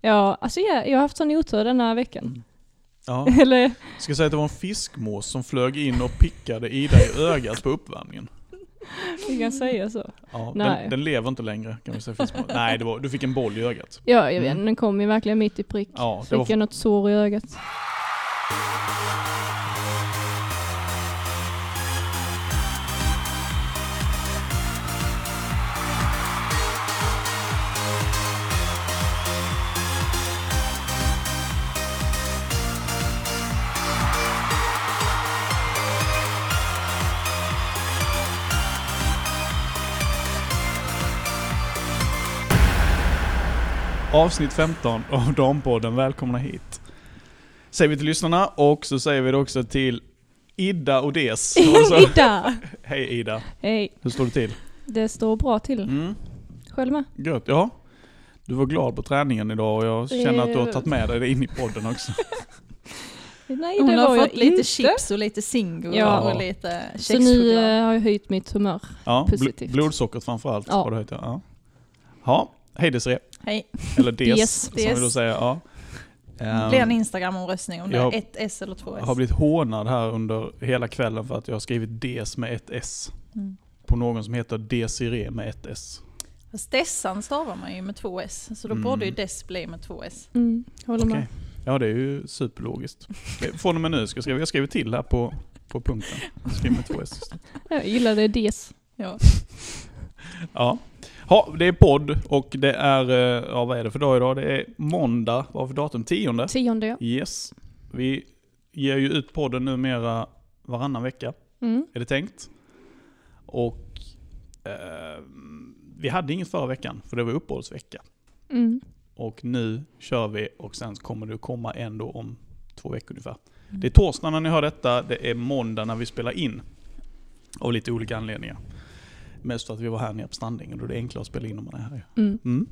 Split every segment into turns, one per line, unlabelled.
Ja, alltså jag, jag har haft sån otur den här veckan.
Ja.
Eller,
Ska jag säga att det var en fiskmås som flög in och pickade Ida i ögat på uppvärmningen.
vi kan säga så.
Ja,
Nej.
den, den lever inte längre kan vi säga fiskmås. Nej, det var, du fick en boll i ögat.
Ja, jag vet,
Mm.
den kom ju verkligen mitt i prick.
Ja, det
Fick
var,
jag något sår i ögat.
avsnitt 15 av Dampodden. Välkomna hit. Säger vi till lyssnarna och så säger vi det också till Ida och Des. Och så-
Ida!
Hej Ida,
Hej,
hur står det till?
det står bra till.
Mm,
Själv med?
gött, ja. Du var glad på träningen idag och jag känner att du
Eh.
har tagit med dig det in i podden också.
Nej,
Hon
det
har
var
fått
jag
lite
inte.
chips och lite Zingo
Ja.
och lite
Så nu
kexchoklad.
eh, har jag höjt mitt humör.
Ja, bl-
Positivt.
blodsockret framförallt
Ja.
har du höjt ja. ja. Ja, hej Desiree.
Hej.
Eller Des,
Des.
som
Des.
vi då säger. Ja. Ehm,
Blir det en Instagram-omröstning om det
jag
är ett S eller två
jag
S?
har blivit hånad här under hela kvällen för att jag har skrivit Des med ett S.
Mm.
På någon som heter Desiree med ett S.
Fast Dessan stavar man ju med två S, så då
Mm.
borde ju Dess bli med två S.
Mm, håller
Okej.
med.
Ja, det är ju superlogiskt. Det- Från och med nu ska jag skriva, jag skriver till här på, på punkten. Jag skriver med två S.
Jag gillade Des.
Ja.
Ja. Ha, det är podd och det är, eh, ja vad är det för dag idag? Det är måndag, vad för datum? Tionde?
Tionde ja.
Yes. Vi ger ju ut podden numera varannan vecka,
Mm.
är det tänkt. Och eh, vi hade inget förra veckan, för det var uppehållsvecka.
Mm.
Och nu kör vi och sen kommer det komma en då om två veckor ungefär. Det är torsdag när ni hör detta, det är måndag när vi spelar in. Av lite olika anledningar. Mest för att vi var här nere på Strandängen och då är det enklare att spela in om man är här.
Mm.
Mm.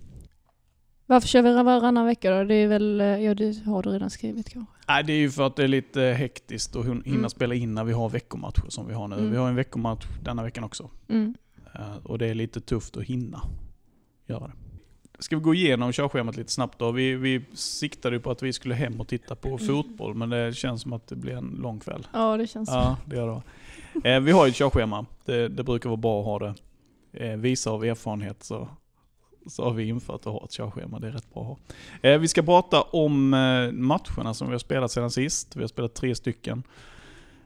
Varför kör vi varannan vecka då? Det är väl, eh, ja det har du redan skrivit kanske.
Nej, det är ju för att det är lite hektiskt att hin- hinna
Mm.
spela in när vi har veckomatcher som vi har nu.
Mm.
Vi har en veckomatch denna veckan också.
Mm.
Eh, Och det är lite tufft att hinna göra det. Ska vi gå igenom körschemat lite snabbt då? Vi, vi siktade ju på att vi skulle hem och titta
Mm.
på fotboll, men det känns som att det blir en lång kväll.
Ja det känns så.
Ja, det gör det. Eh, Vi har ju ett körschema. Det, det brukar vara bra att ha det. Eh, Visa av erfarenhet så, så har vi infört att ha ett körschema. Det är rätt bra att ha. Eh, Vi ska prata om eh, matcherna som vi har spelat sedan sist. Vi har spelat tre stycken.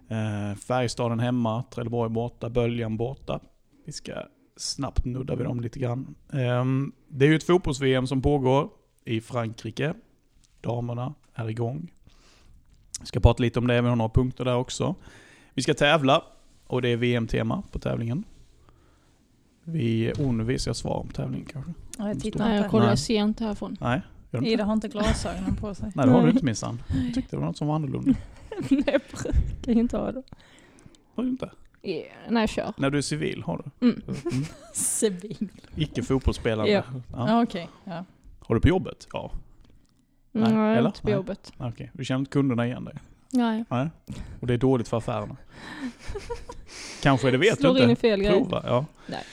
Eh, Färjestaden hemma, Trelleborg borta, Böljan borta. Vi ska snabbt nudda vid dem lite grann. Ehm, Det är ju ett fotbolls-VM som pågår i Frankrike. Damerna är igång. Vi ska prata lite om det, vi har några punkter där också. Vi ska tävla och det är VM-tema på tävlingen. Vi, oh, nu visar jag svar om tävlingen kanske.
Ja, jag tittar
Nej jag
inte.
kollar,
Nej.
jag ser inte härifrån.
Nej, gör du inte
Ida
det?
har inte glasögonen på sig.
Nej, det har
Nej.
du
Mm.
inte minsann. Jag tyckte det var något som var annorlunda.
Nej jag brukar inte ha det.
Har du inte?
Yeah. Nej jag kör.
När du är civil har du.
Mm.
Mm.
Civil.
Icke fotbollsspelande.
Ja.
Ja.
Ja, okej. Ja.
Har du på jobbet? Ja. Nej,
Nej, jag är
eller?
inte på
Nej.
jobbet.
Okej, du känner inte kunderna igen dig?
Nej.
Nej, och det är dåligt för affärerna. Kanske, det vet
Slår
du
in i
inte.
fel grej.
Prova, ja.
Nej.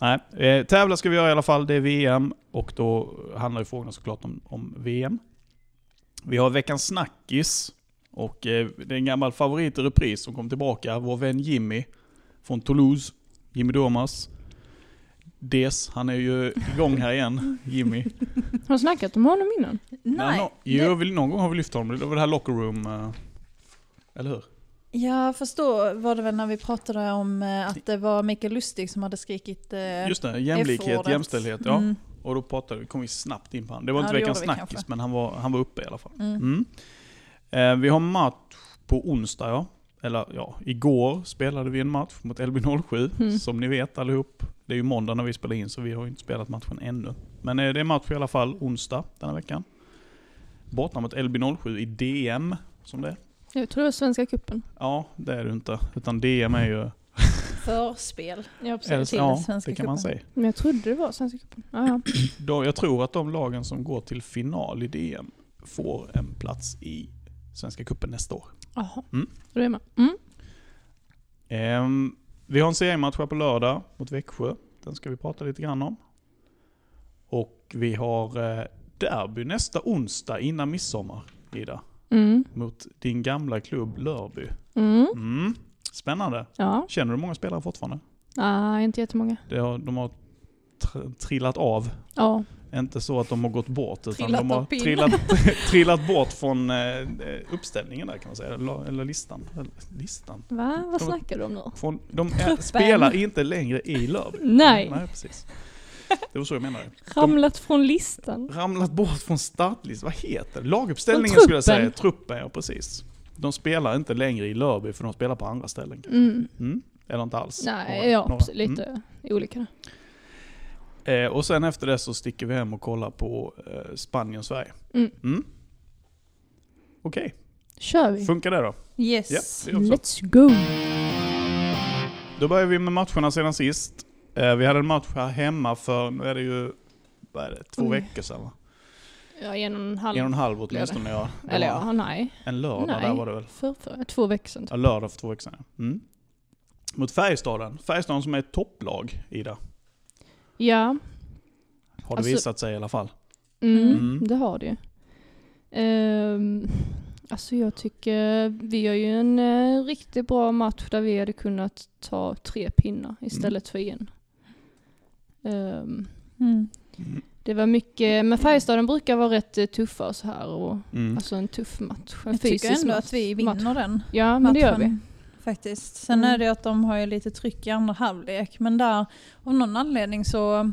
Nej. Eh, tävla ska vi göra i alla fall, det är VM och då handlar ju frågorna såklart om, om VM. Vi har veckans snackis och eh, det är en gammal favorit i repris som kom tillbaka, vår vän Jimmy från Toulouse, Jimmy Domas. Des, han är ju igång här igen, Jimmy.
Har du snackat om honom innan?
Nej,
Nej.
nå- jo, vi- någon gång har vi lyft honom, det var det här locker room, eh, eller hur?
Jag förstår var det väl när vi pratade om eh, att det var Mikael Lustig som hade skrikit eh,
Just det, jämlikhet,
F-ordet.
jämställdhet. Ja.
Mm,
Och då pratade, vi- kom vi snabbt in på honom. Det var
Ja,
inte
det
veckans
gjorde vi
snackis,
kanske.
men han var, han var uppe i alla fall.
mm.
Mm. Eh, vi har match på onsdag, ja. Eller ja, igår spelade vi en match mot LB07,
Mm.
som ni vet allihop. Det är ju måndag när vi spelar in, så vi har ju inte spelat matchen ännu. Men eh, det är match i alla fall onsdag denna veckan. Borta mot LB07 i DM, som det är.
Jag tror det var Svenska Cupen.
Ja, det är det inte. Utan DM är ju...
Förspel.
Ja,
till
ja,
Svenska
det kan man
cupen.
säga.
Men jag trodde det var Svenska Cupen. Ja, ja.
Då, jag tror att de lagen som går till final i DM får en plats i Svenska Cupen nästa år.
Jaha,
Mm.
då är jag med. Mm.
Ehm, vi har en seriematch här på lördag mot Växjö. Den ska vi prata lite grann om. Och vi har eh, derby nästa onsdag innan midsommar, Ida.
Mm.
Mot din gamla klubb Lörby.
Mm.
Mm. Spännande.
Ja,
Känner du många spelare fortfarande?
nej inte jättemånga.
Det har, de har tr- trillat av.
Ja,
Inte så att de har gått bort, utan
Trillat
de har
av pinn.
trillat, trillat bort från eh, uppställningen där kan man säga. Eller, eller listan. Eller, listan.
va? Vad
De-
snackar du om nu?
Från, de är-
Truppen.
spelar inte längre i Lörby.
Nej,
Nej, precis. Det var så jag menade.
ramlat från listan.
Ramlat bort från startlistan, vad heter det? Laguppställningen
Från
skulle jag säga,
truppen.
truppen ja precis. De spelar inte längre i Lörby för de spelar på andra ställen.
Mm.
Mm? Eller inte alls. Några-
Nej, ja,
några.
precis,
Mm.
lite olika.
Eh, och sen efter det så sticker vi hem och kollar på eh, Spanien-Sverige.
Mm.
Okej,
kör vi.
funkar det då?
Yes.
Ja, det gör vi så.
Let's go!
Då börjar vi med matcherna sedan sist. Eh, vi hade en match här hemma för, nu är det ju, vad är det, två
Oj.
veckor sedan va?
Ja, en och en Mm. halv.
En och en halv åtminstone ja. Det
Eller
var
ja, nej.
En lördag
Nej.
där var det väl?
För, för, två veckor sedan.
Ja, lördag för två veckor sedan. ja. Mm. Mot Färjestaden. Färjestaden som är ett topplag, Ida.
Ja,
Har det
Alltså-
visat sig i alla fall.
Mm,
Mm.
det har det ju. Ehm, alltså jag tycker vi gör ju en eh, riktigt bra match där vi hade kunnat ta tre pinnar istället
Mm.
för en. Ehm,
Mm.
det var mycket, men Färjestaden brukar vara rätt eh, tuffa och så här och
Mm.
alltså en tuff match. En
Jag
fysisk
tycker ändå
match.
att vi
match.
vinner den.
Ja, men det gör vi.
matchen, Faktiskt. Sen
Mm.
är det ju att de har ju lite tryck i andra halvlek, men där av någon anledning så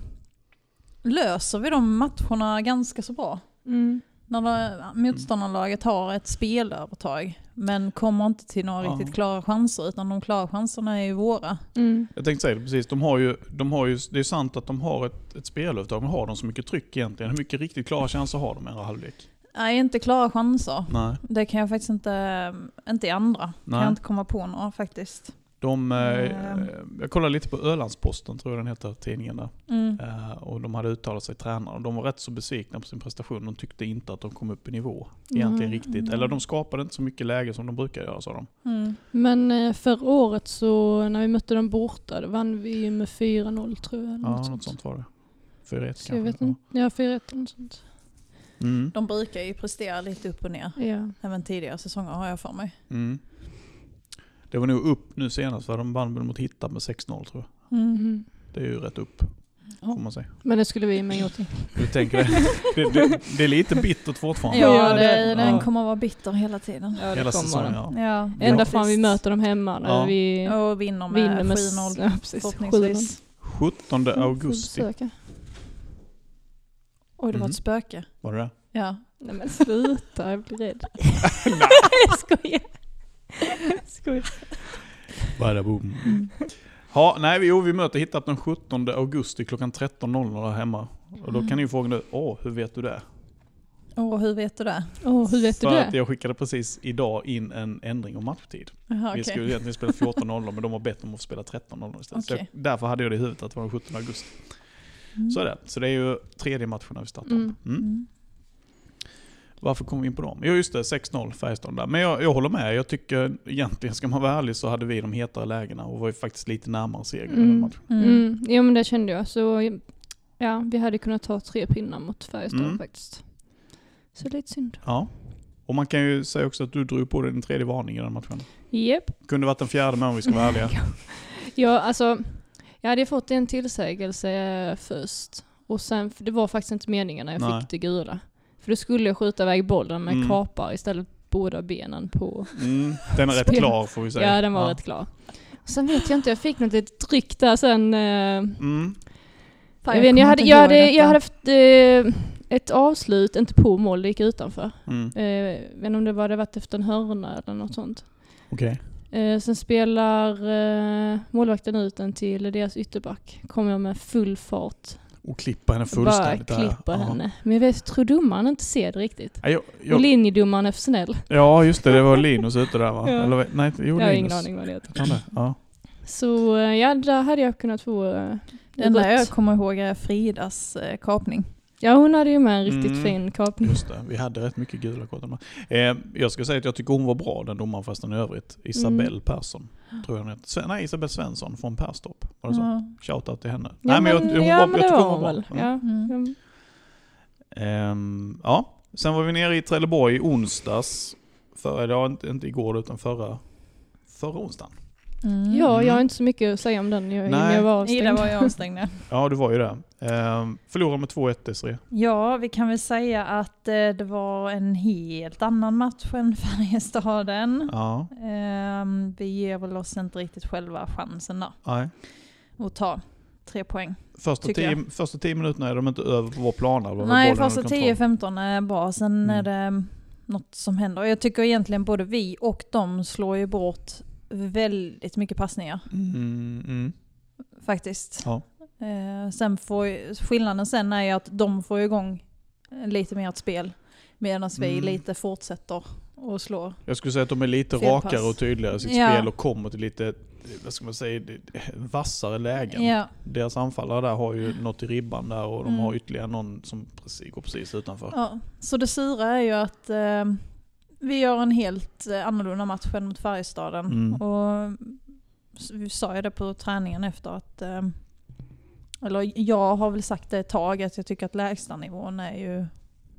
löser vi de matcherna ganska så bra.
Mm.
När det, motståndarlaget har ett spelövertag, men kommer inte till några
Ja.
riktigt klara chanser, utan de klara chanserna är ju våra.
Mm.
Jag tänkte säga det precis, de har ju, de har ju, det är sant att de har ett, ett spelövertag, men har de så mycket tryck egentligen? Hur mycket riktigt klara chanser har de i andra halvlek?
Nej, inte klara chanser.
Nej.
Det kan jag faktiskt inte, inte i andra. Kan
Nej.
jag inte komma på några faktiskt.
De, eh,
Mm.
eh, jag kollade lite på Ölandsposten, tror jag den heter, tidningen där.
Mm.
Eh, och de hade uttalat sig tränare och de var rätt så besvikna på sin prestation. De tyckte inte att de kom upp i nivå egentligen
Nej.
riktigt. Eller de skapade inte så mycket läge som de brukar göra sa de.
Mm.
Men eh, förra året så när vi mötte dem borta, då vann vi ju med 4-0 tror jag. eller
Ja,
något sånt.
något sånt var det. 4-1
Så jag
kanske.
vet
ja.
inte, ja 4-1 eller något sånt.
Mm.
De brukar ju prestera lite upp och ner.
Ja.
Även tidigare säsonger har jag för mig.
Mm. Det var nog upp nu senast, för de vann väl mot Hitta med 6-0 tror jag.
Mhm.
Det är ju rätt upp, får man säga.
Men det skulle vi med gjort.
Du tänker det, det, det, det är lite bittert fortfarande.
Ja,
Ja,
det-
det, den
ja.
kommer vara bitter hela tiden.
Ja,
Hela säsongen, ja.
Ja,
Ända
faktiskt.
fram vi möter dem hemma när
Ja.
vi
Och vinner med
vinner med
7-0
ja, precis, 7-0.
förhoppningsvis.
17
Mm,
augusti
Får besöka.
Oj, det var
Mm.
ett spöke.
var det det?
Ja.
Nej men sluta, jag blir rädd. jag skojar. Jag skojar.
Bada boom. Mm. Ja, nej, vi- jo, vi möter Hittat den 17 augusti klockan 13.00 där hemma. Och då kan ni ju fråga nu, åh, hur vet du det?
Och hur vet du det?
Åh, hur vet du
För att
det?
jag skickade precis idag in en ändring om matchtid.
Jaha,
Vi
okej.
skulle egentligen spela 14.00 men de har bett om att få spela 13.00 istället. Så
Okej.
jag, därför hade jag det i huvudet att det var den 17 augusti.
Mm.
Så är det. Så det är ju tredje matchen vi startar.
Mm.
Mm.
Mm.
Varför kom vi in på dem? Jo just det, 6-0 Färjestad där. Men jag, jag håller med, jag tycker egentligen ska man vara ärlig så hade vi de hetare lägena och var ju faktiskt lite närmare segern i den
Mm.
matchen.
Mm.
Mm. Jo men det kände jag. Så ja, vi hade kunnat ta tre pinnar mot Färjestad
Mm.
faktiskt. Så lite synd.
Ja. Och man kan ju säga också att du drog på dig din tredje varning i den matchen.
Japp.
Kunde varit den fjärde med om vi ska vara ärliga.
Ja, alltså, jag hade fått en tillsägelse eh, först. Och sen, för det var faktiskt inte meningen när jag
Nej.
fick det gula. För då skulle jag skjuta iväg bollen med
Mm.
kapar istället båda benen på.
Mm. Den är rätt
Spel.
klar får vi säga.
Ja, den var rätt klar. Och sen vet jag inte, jag fick något litet tryck där sen. eh,
Mm.
Fan,
jag, vet, inte,
kommer
jag, hade,
inte
jag,
ihåg
hade, jag
detta.
hade haft eh, ett avslut, inte på mål, det gick utanför.
Mm.
Eh, jag vet inte om det var det varit efter en hörna eller något sånt.
Okej.
Eh, sen spelar eh, målvakten ut den till deras ytterback. Kommer jag med full fart
Och klippa henne
bara
fullständigt. där.
klippa
Ja.
henne. Men jag vet, tror domaren inte ser det riktigt.
Ja, jag,
Och
jag,
linjedomaren är för snäll.
ja just det, det var Linus ute där va?
Ja.
Eller, vad- nej, jo,
jag har
Linus.
ingen aning vad det heter.
Han där, Ja.
Så eh, ja, där hade jag kunnat få eh,
Det enda jag
rött.
kommer ihåg är Fridas eh, kapning.
Ja, hon hade ju med en riktigt
Mm.
fin kapning.
Just det, vi hade rätt mycket gula kort. Eh, jag ska säga att jag tycker hon var bra den domaren förresten i övrigt. Isabelle Persson, tror jag hon heter. Sve- Nej, Isabelle Svensson från Perstorp. Var det så?
Ja.
Shoutout till henne.
Ja,
Nej, men jag, hon
ja,
var-
men
jag
det var
tycker hon
hon
var
väl.
bra.
Ja.
Mm.
Mm.
Ehm, ja. Sen var vi nere i Trelleborg i onsdags. Förra, ja, inte, inte igår utan förra, förra onsdagen.
Mm.
Ja, jag
Mm.
har inte så mycket att säga om den. Jag,
Nej.
jag var
Ida
avstängd.
var ju avstängd. ja.
Ja, du var ju där. Ehm, förlorade med 2-1 Desirée.
Ja, vi kan väl säga att eh, det var en helt annan match än Färjestaden.
Ja,
Ehm, vi ger väl oss inte riktigt själva chansen där
nej.
att ta tre poäng.
Första
Tycker
tio, första tio minuterna är de inte över på vår plan. eller vad
Nej,
bollen
första
under kontroll.
10-15 är bra,
Mm.
sen är det något som händer. Jag tycker egentligen både vi och de slår ju bort väldigt mycket passningar
Mm, mm.
faktiskt.
Ja.
Eh, sen får, ju- skillnaden sen är ju att de får igång lite mer ett spel medan vi
Mm.
lite fortsätter och slår.
Jag skulle säga att de är lite
Fel
rakare
pass.
och tydligare i sitt
Ja.
spel och kommer till lite, vad ska man säga, vassare lägen.
Ja,
Deras anfallare där har ju något i ribban där och de
Mm.
har ytterligare någon som precis, går precis utanför.
ja. Så det sura är ju att eh, vi gör en helt eh, annorlunda match än mot Färjestaden.
Mm.
Och s- vi sa ju det på träningen efter att, eh, eller jag har väl sagt det ett tag, att jag tycker att lägstanivån är ju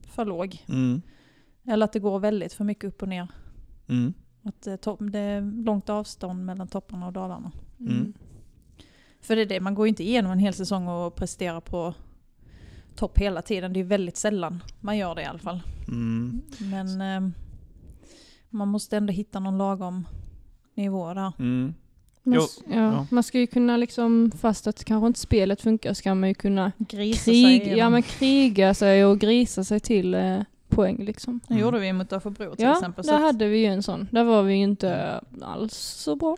för låg.
Mm.
Eller att det går väldigt för mycket upp och ner.
Mm.
Att det, är topp- det är långt avstånd mellan topparna och dalarna.
Mm.
För det är det, man går ju inte igenom en hel säsong och presterar på topp hela tiden. Det är väldigt sällan man gör det i alla fall.
Mm.
Men eh, man måste ändå hitta någon lagom nivå där.
Mm.
Man,
Jo,
s- ja,
ja.
man ska ju kunna liksom, fast att kanske inte spelet funkar, ska man ju kunna
Grisa
krig,
igenom.
ja, men kriga sig och grisa sig till eh, poäng liksom.
Det gjorde vi mot Örebro till
Ja,
exempel. så
där
att-
hade vi ju en sån. Där var vi ju inte alls så bra.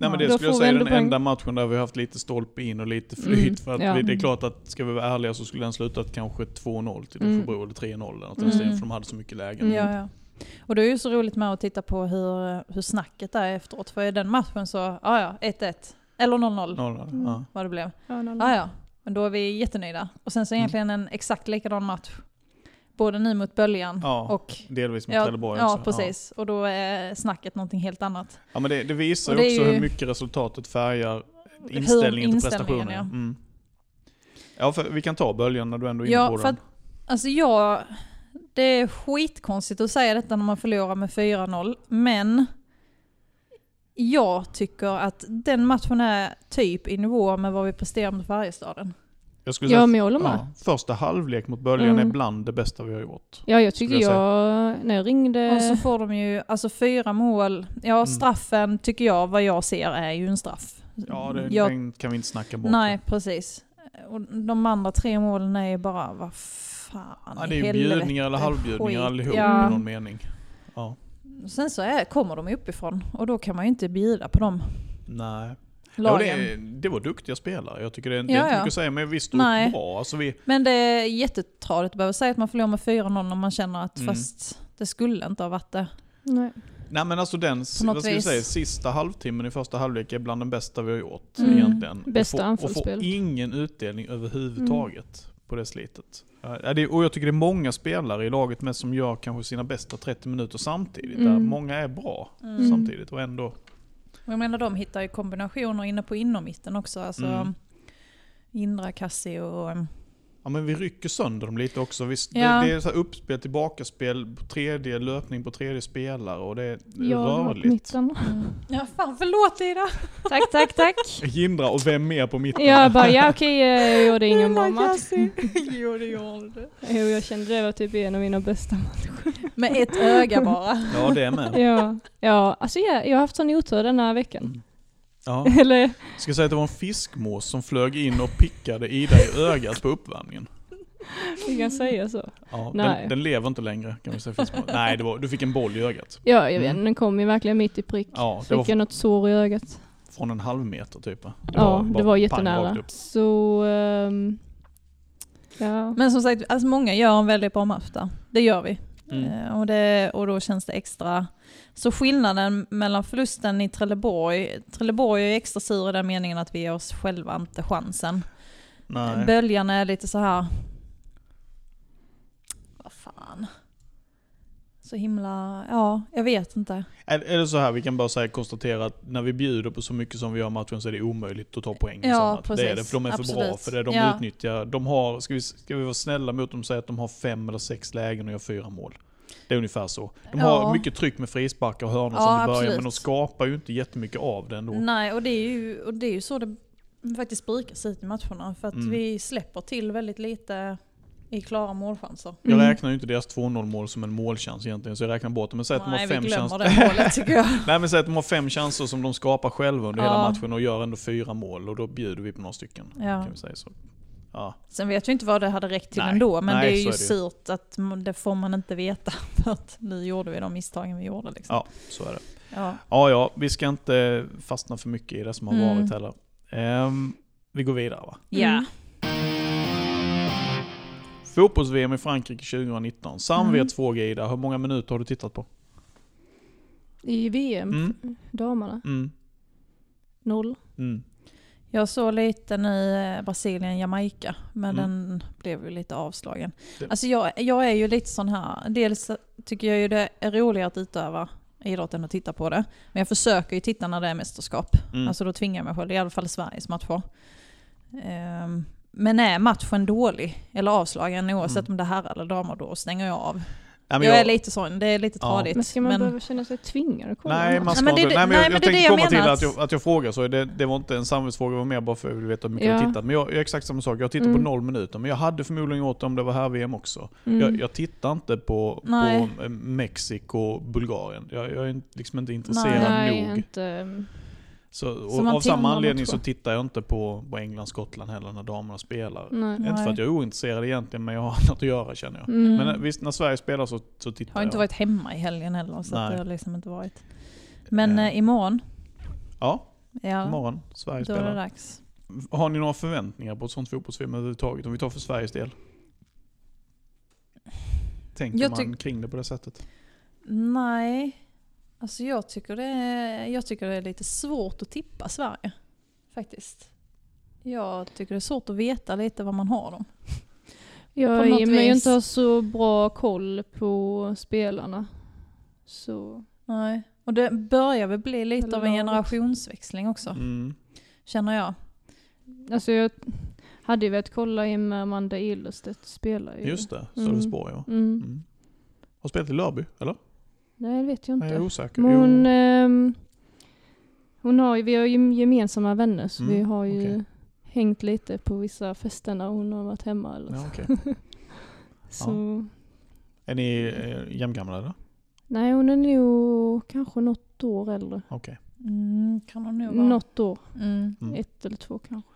Nej men det
Då
skulle jag
får vi
säga är
ändå
den
poäng.
enda matchen där vi har haft lite stolpe in och lite flyt.
Mm,
För att
ja.
vi, det är klart att ska vi vara ärliga så skulle den slutat kanske 2-0 till
Mm.
Örebro eller 3-0 eller något i den stilen,
Mm.
för de hade så mycket lägen.
Mm.
Ja, ja. Och det är ju så roligt med att titta på hur, hur snacket är efteråt. För i den matchen så, ja ja, 1-1. Eller 0-0
Noll, ja.
vad det blev.
Ja, noll.
Ja ja, men då är vi jättenöjda. Och sen så
Mm.
egentligen en exakt likadan match. Både nu mot Böljan
Ja,
och...
Delvis mot
Ja,
Trelleborg
ja,
också.
precis. Och då är snacket någonting helt annat.
Ja men det, det visar
Och
ju
det är
också
ju-
hur mycket resultatet färgar inställningen till
inställningen,
prestationen. Ja.
ja.
Mm. ja för vi kan ta böljan när du ändå är inne
Ja,
på
för
den.
att- Alltså jag... Det är skitkonstigt att säga detta när man förlorar med 4-0, men jag tycker att den matchen är typ i nivå med vad vi presterar mot Färjestaden.
Jag skulle säga
Ja,
att-
men jag håller med.
ja, första halvlek mot böljan
Mm.
är bland det bästa vi har gjort.
Ja, jag tycker
Skulle jag
jag, när jag ringde...
Och så får de ju alltså fyra mål. Ja,
Mm.
straffen tycker jag, vad jag ser, är ju en straff.
Ja, det,
jag,
den kan vi inte snacka bort.
Mm. Nej, precis. Och de andra tre målen är ju bara, vad fan
Ja,
i
det är ju
helvete,
bjudningar eller halvbjudningar
skit.
allihop
Ja.
i någon mening. Ja.
Sen så är, kommer de uppifrån och då kan man ju inte bjuda på de
Nej. Ja,
lagen.
det, det var duktiga spelare. Jag tycker det, är- det är
Ja,
inte
ja.
mycket att säga, men vi stod
Nej.
upp bra. Alltså vi,
Men det är jättetradigt att behöva säga att man förlorar med 4-0 om man känner att
Mm.
fast det skulle inte ha varit det.
Nej.
nej men alltså den,
På något
vad ska vi
vis.
säga, sista halvtimmen i första halvlek är bland den bästa vi har gjort
Mm.
egentligen.
Bästa
och, får, och får
anfallsspelet.
ingen utdelning överhuvudtaget
Mm.
på det slitet. Ja, det, och jag tycker det är många spelare i laget med som gör kanske sina bästa 30 minuter samtidigt. Där
Mm.
många är bra
Mm.
samtidigt och ändå...
Och Jag menar de hittar ju kombinationer inne på innermitten också. Alltså
Mm.
Indra, Kassi och... um,
Ja men vi rycker sönder dem lite också. Vi,
Ja.
det, det är så här uppspel, tillbakaspel, på tredje, löpning på tredje spelare och det är
Jag var på
rörligt.
mitten.
Ja fan förlåt Ida!
Tack, tack, tack.
Hindra och vem mer på mitten?
Jag bara, ja okej, eh, jag gjorde ingen bra match.
Kassi! jo det gjorde det.
Jo, jag kände det var typ en av mina bästa
Med ett öga bara.
Ja det är med. Mm.
Ja, ja alltså jag, jag har haft sån otur den här veckan.
Ja.
Eller,
Ska säga att det var en fiskmås som flög in och pickade Ida i ögat på uppvärmningen.
vi kan säga så.
Ja,
Nej.
den, den lever inte längre kan vi säga fiskmås. Nej, det var, du fick en boll i ögat.
Ja, jag vet,
Mm.
den kom ju verkligen mitt i prick.
Ja, det
Fick
var
jag något sår i ögat.
från en halv meter typ. va?
Ja,
bara
det var
pang
jättenära.
rakt upp.
Så, ehm, ja.
Men som sagt, alltså många gör en väldigt bra match där. Det gör vi.
Mm.
Eh, Och, det, och då känns det extra... Så skillnaden mellan förlusten i Trelleborg, Trelleborg är extra sur i den meningen att vi ger oss själva inte chansen.
Nej.
Böljan är lite så här... Vad fan. Så himla, ja, jag vet inte.
Eller- Eller så här, vi kan bara säga, konstatera att när vi bjuder på så mycket som vi gör i matchen så är det omöjligt att ta poäng. och
Ja,
sånt. Det är
precis.
det, för de är för bra
Absolut.
för det. De
Ja.
utnyttjar, de har, ska vi, ska vi vara snälla mot dem och säga att de har fem eller sex lägen och gör fyra mål. Det är ungefär så. De har
Ja.
mycket tryck med frisparkar och hörnor
Ja,
som i början,
absolut.
men de skapar ju inte jättemycket av det ändå.
Nej, och det är ju, och det är ju så det faktiskt brukar se ut i matcherna. För att
Mm.
vi släpper till väldigt lite i klara målchanser.
Jag
Mm.
räknar ju inte deras 2-0 mål som en målchans egentligen, så jag räknar bort det. Men säg att de har
Nej, vi
fem
glömmer
chanser.
det målet tycker jag.
Nej men säg att de har fem chanser som de skapar själva under hela
Ja.
matchen och gör ändå fyra mål och då bjuder vi på några stycken.
Ja.
Kan vi säga så. Ja.
Sen vet jag inte vad det hade räckt till
Nej.
ändå, men
Nej,
det är
så
ju
är det ju.
surt att m- det får man inte veta. För att nu gjorde vi de misstagen vi gjorde. Liksom.
ja, så är det.
Ja.
Ja, ja, vi ska inte fastna för mycket i det som har
Mm.
varit heller. Ehm, vi går vidare va?
Ja.
Fotbolls-VM i Frankrike 2019.
Mm.
Samvetsfråga Ida, hur många minuter har du tittat på?
I VM,
Mm.
damerna,
Mm.
noll.
Mm.
Jag såg lite nu eh, Brasilien-Jamaica, men
Mm.
den blev ju lite avslagen.
Det-
Alltså jag, jag är ju lite sån här, dels tycker jag ju det är roligare att utöva idrott än att titta på det. Men jag försöker ju titta när det är mästerskap.
Mm.
Alltså då tvingar jag mig själv, i alla fall Sveriges matcher. Ehm, men är matchen dålig eller avslagen, oavsett
Mm.
om det är herrar eller damer, då stänger jag av.
Nej, men
jag,
jag-
är lite sån, det är lite
Ja.
tradigt.
Men ska man behöva känna sig tvingad att kolla?
Nej,
på
man
matchen?
ska
men det är
inte.
det-
Nej, men
nej,
jag,
men
jag
det är det
tänkte
jag
komma till
menar
att jag,
att-
att jag frågar så. Det, det var inte en samvetsfråga, det var mer bara för att jag vill veta hur mycket jag
Ja.
tittat. Men jag, jag är exakt samma sak. Jag tittar på
Mm.
noll minuter, men jag hade förmodligen gjort det om det var här VM också.
Mm.
Jag, jag tittar inte på,
Nej.
på eh, Mexiko, Bulgarien. Jag, jag är inte- liksom inte intresserad
Nej,
nog.
inte.
Så, och
man
av samma
tillhör
anledning så
matchen.
tittar jag inte på, på England-Skottland heller när damerna spelar.
Nej.
Inte för
Mm. Nej.
att jag är ointresserad egentligen, men jag har annat att göra känner jag.
Mm.
Men eh, visst, när Sverige spelar så, så tittar
Jag har inte
jag.
varit hemma i helgen heller, så
Nej.
att det har liksom inte varit. Men
Eh,
eh, imorgon,
Ja,
ja,
imorgon. Sverige
då är det
spelar.
dags.
Har ni några förväntningar på ett sånt fotbolls-VM överhuvudtaget? Om vi tar för Sveriges del. Tänker
Jag
man
tyck-
kring det på det sättet?
Nej, alltså jag tycker, det är, jag tycker det är lite svårt att tippa Sverige. Faktiskt. Jag tycker det är svårt att veta lite vad man har dem. på
Jag
något
är men jag
vis.
inte har så bra koll på spelarna. Så.
Nej. Och det börjar väl bli lite av en
Laget.
generationsväxling också,
Mm.
känner jag.
Alltså jag hade ju velat kolla in med Amanda Illerstedt spelar ju.
Just det,
Mm.
Sölvesborg ja.
Mm.
Mm. Har spelat i Lörby, eller?
Nej, det vet jag
Nej,
inte.
jag är osäker.
Men
Jo.
hon, ehm, hon har ju, vi har ju gemensamma vänner så
Mm,
vi har ju
okej.
hängt lite på vissa fester när hon har varit hemma eller
Ja, okej.
så.
Är ni eh, jämngamla eller?
Nej, hon är nog kanske något år äldre.
Okej.
Mm, kan hon nog vara.
Något år,
Mm.
Mm.
ett eller två kanske.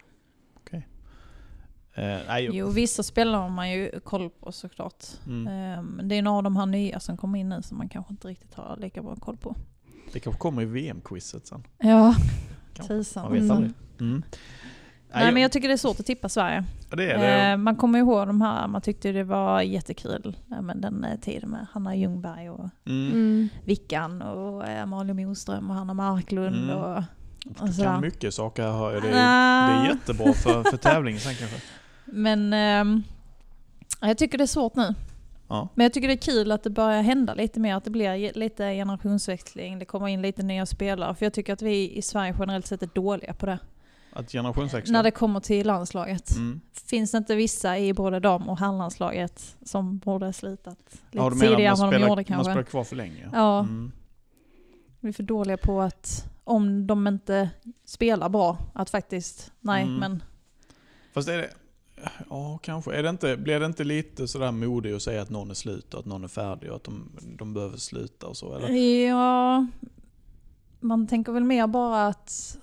Eh, nej,
Jo, vissa spelare har man ju koll på såklart.
mm.
Ehm, Det är några av de här nya som kommer in nu som man kanske inte riktigt har lika bra koll på.
Det kanske kommer i VM-quizet sen.
Ja,
Kanske.
tusan.
Man vet
Mm.
aldrig. Mm.
Nej men jag tycker det är svårt att tippa Sverige.
det är det.
Ehm, Man kommer ihåg de här, man tyckte det var jättekul. Ja, men den eh, tiden med Hanna Ljungberg och
Mm.
Mm.
Vickan och eh, Malin Moström och Hanna Marklund
Mm.
och, och
Du kan
sådär.
mycket saker hör jag. Det är, det
Ah.
är jättebra för, för tävlingen sen kanske.
Men ehm, ja, jag tycker det är svårt nu.
Ja.
Men jag tycker det är kul att det börjar hända lite mer, att det blir ge- lite generationsväxling, det kommer in lite nya spelare. För jag tycker att vi i Sverige generellt sett är dåliga på det.
Att generationsväxla.
När det kommer till landslaget.
Mm.
Finns det inte vissa i både dam och herrlandslaget som borde ha slutat lite
Ja, du menar
tidigare
man
än vad de
spelar,
gjorde
man
kanske?
spelar kvar för länge?
Ja.
Mm.
Vi är för dåliga på att, om de inte spelar bra, att faktiskt, nej
Mm.
men
Fast är det... Ja, kanske. Är det inte, blir det inte lite sådär modig att säga att någon är slut och att någon är färdig och att de, de behöver sluta och så?
Mm.
Eller?
Ja, man tänker väl mer bara att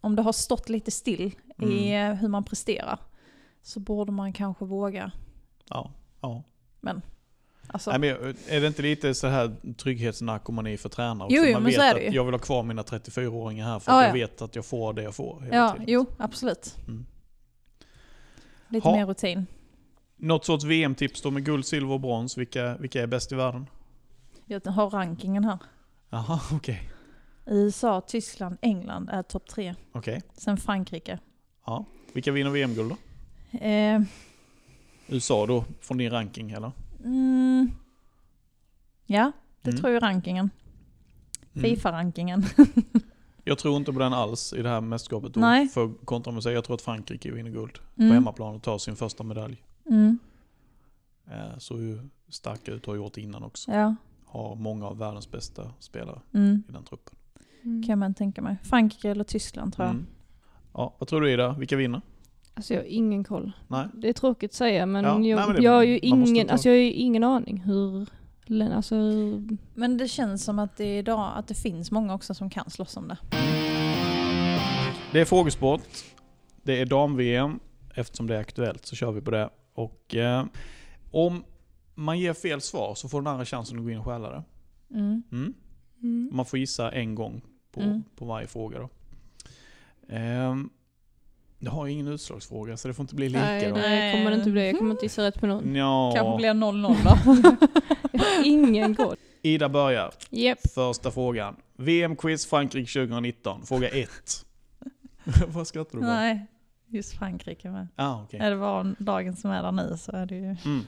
om det har stått lite still i
Mm.
eh, hur man presterar så borde man kanske våga.
Ja. ja.
Alltså,
Nej, men jag- är det inte lite så här trygghetsnarkomani för tränare?
Jo,
också?
jo,
man
men
vet
så är
att
det ju.
jag vill ha kvar mina 34-åringar här för
Ja,
att
ja.
jag vet att jag får det jag får hela
ja,
tiden.
jo, absolut.
Mm.
Lite
Ha.
mer rutin.
Något sorts VM-tips då med guld, silver och brons? Vilka, vilka är bäst i världen?
Jag har rankingen här.
Jaha, okej.
USA, Tyskland, England är topp tre.
Okej.
Sen Frankrike.
Ja. Vilka vinner VM-guld då?
Eh,
USA då, från din ranking eller?
mm, Ja, det
Mm.
tror jag är rankingen.
Mm.
Fifa-rankingen.
Jag tror inte på den alls i det här mästerskapet. då,
Nej.
För att kontra med sig, jag tror att Frankrike vinner guld på
Mm.
hemmaplan och tar sin första medalj.
Mm.
Eh, Så ju starka ut har gjort innan också.
Ja,
Har många av världens bästa spelare
mm.
i den truppen.
Mm.
kan man tänka mig. Frankrike eller Tyskland tror jag.
Mm. Ja, vad tror du Ida? Vilka vinner?
Alltså jag har ingen koll.
Nej?
Det är tråkigt att säga men,
Ja,
jag,
nej, men det-
jag har ju
man måste
ingen,
ta-
alltså jag har ju ingen aning hur, län- alltså hur,
Men det känns som att det, idag, att det finns många också som kan slåss om det.
Det är frågesport. Det är dam-VM. Eftersom det är aktuellt så kör vi på det. Och eh, om man ger fel svar så får den andra chansen att gå in och stjäla det.
Mm.
Mm.
mm.
Man får gissa en gång på,
Mm.
på varje fråga då. Ehm, jag har ingen utslagsfråga så det får inte bli lika
nej,
då.
nej kommer det inte bli, jag kommer inte gissa rätt på någon.
Nja,
Kanske blir 0-0 då.
Jag har ingen koll.
Ida börjar.
Japp.
Första frågan. VM-quiz Frankrike 2019. Fråga 1. Vad skrattar du åt?
Nej, just Frankrike med.
Ah, okej.
Är det var dagen som är där nu så är det ju...
Mm.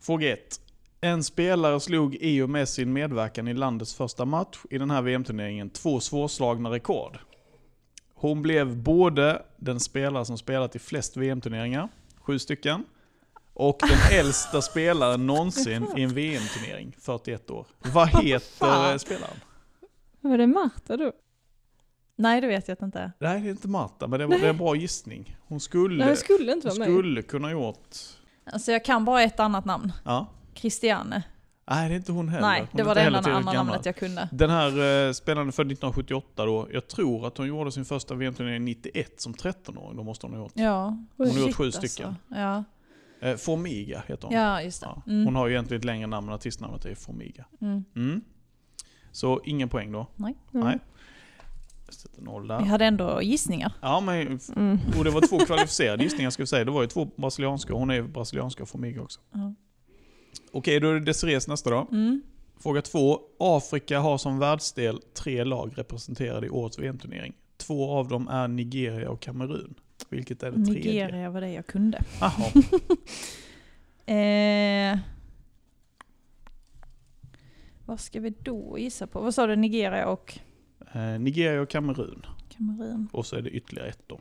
Fråga 1. En spelare slog i och med sin medverkan i landets första match i den här VM-turneringen två svårslagna rekord. Hon blev både den spelare som spelat i flest VM-turneringar, sju stycken, och den äldsta spelaren någonsin i en VM-turnering, 41 år. Vad heter
fan?
eh, spelaren?
Var det Marta då?
Nej, det vet jag inte.
Nej, det är inte Marta, men det var det är en bra gissning. Hon skulle,
Nej, jag skulle inte
hon
vara med.
skulle kunna gjort...
Alltså jag kan bara ett annat namn.
Ja.
Christiane.
Nej, det är inte hon heller.
Nej,
Hon
det
är
var
inte
det
heller
enda
tillräckligt
andra
gammal.
namnet jag kunde.
Den här eh, spelaren född 1978 då, jag tror att hon gjorde sin första VM-turnering 91 som 13-åring. Då måste hon ha gjort.
Ja.
Hon har
gjort
Shit,
sju
alltså.
stycken.
Ja.
Eh, Formiga heter hon.
ja, just det.
Ja. Hon
Mm.
har ju egentligen ett längre namn, men artistnamnet är Formiga.
Mm.
Mm. Så ingen poäng då. Nej. Jag sätter noll
Vi
där.
hade ändå gissningar.
Ja, men,
Mm.
och det var två kvalificerade gissningar ska vi säga. Det var ju två brasilianska, hon är ju brasilianska och Formiga också.
Ja.
Okej, då är det Desirées nästa då.
Mm.
Fråga två. Afrika har som världsdel tre lag representerade i årets VM-turnering. Två av dem är Nigeria och Kamerun. Vilket är det tredje?
Nigeria var det jag kunde.
Aha.
Eh, vad ska vi då gissa på? Vad sa du? Nigeria och
Eh, Nigeria och Kamerun.
Kamerun?
Och så är det ytterligare ett då.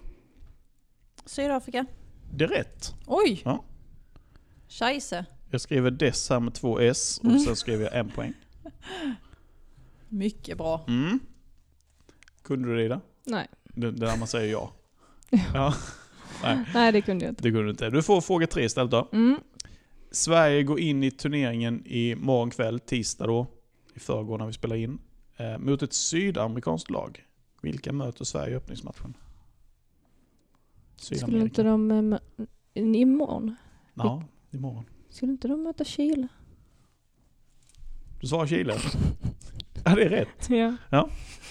Sydafrika?
Det är rätt.
Oj!
Ja.
Scheisse.
Jag skriver dess här med två s och
Mm.
sen skriver jag en poäng.
Mycket bra.
Mm. Kunde du det Ida?
Nej.
Det det där man säger ja.
Ja.
ja. Nej,
Nej, det kunde jag inte.
det kunde du inte. Du får fråga tre istället då.
Mm.
Sverige går in i turneringen i morgon kväll, tisdag då, i förrgår när vi spelar in, eh, mot ett sydamerikanskt lag. Vilka möter Sverige i öppningsmatchen?
Skulle inte de, eh, mö- in- imorgon?
Ja, imorgon.
Skulle inte de möta Chile?
Du sa Chile? ja, det är rätt.
Ja.
Ja.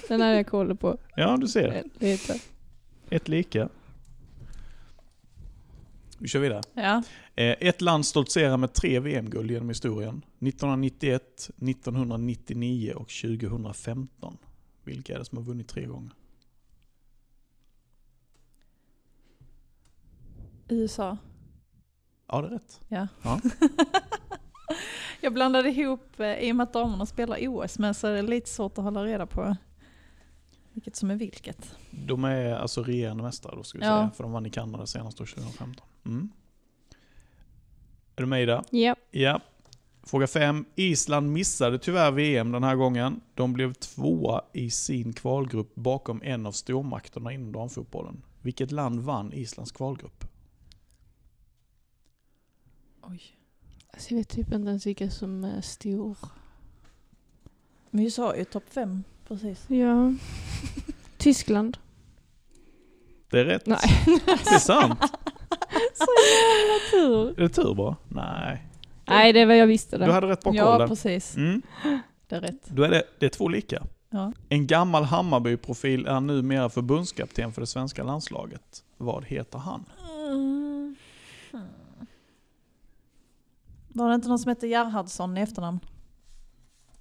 Den hade jag koll på.
Ja, du ser.
eh, Lite.
Ett lika. Vi kör vidare.
Ja.
Eh, Ett land stoltserar med tre VM-guld genom historien. 1991, 1999 och 2015. Vilka är det som har vunnit tre gånger?
USA.
Ja, det är rätt.
Ja.
Ja.
jag blandade ihop, eh, i och med att damerna spelar OS med så är det lite svårt att hålla reda på vilket som är vilket.
De är alltså regerande mästare då ska vi
Ja.
säga. För de vann i Kanada senast då 2015. Mm. Är du med Ida?
Ja.
Ja. Fråga 5. Island missade tyvärr VM den här gången. De blev tvåa i sin kvalgrupp bakom en av stormakterna inom damfotbollen. Vilket land vann Islands kvalgrupp?
Oj.
Alltså, jag vet typ inte ens vilka som är stor.
Men vi sa ju topp fem precis.
Ja. Tyskland.
Det är rätt.
Nej.
Det är sant.
Så jävla tur!
Är det tur bara? Nej.
Nej, det var jag visste
Du
det.
hade rätt bra koll
Ja,
där.
precis.
Mm.
Det är rätt.
Då är det, det är två lika.
Ja.
En gammal Hammarby-profil är numera förbundskapten för det svenska landslaget. Vad heter han?
Mm. Var det inte någon som hette Gerhardsson i efternamn?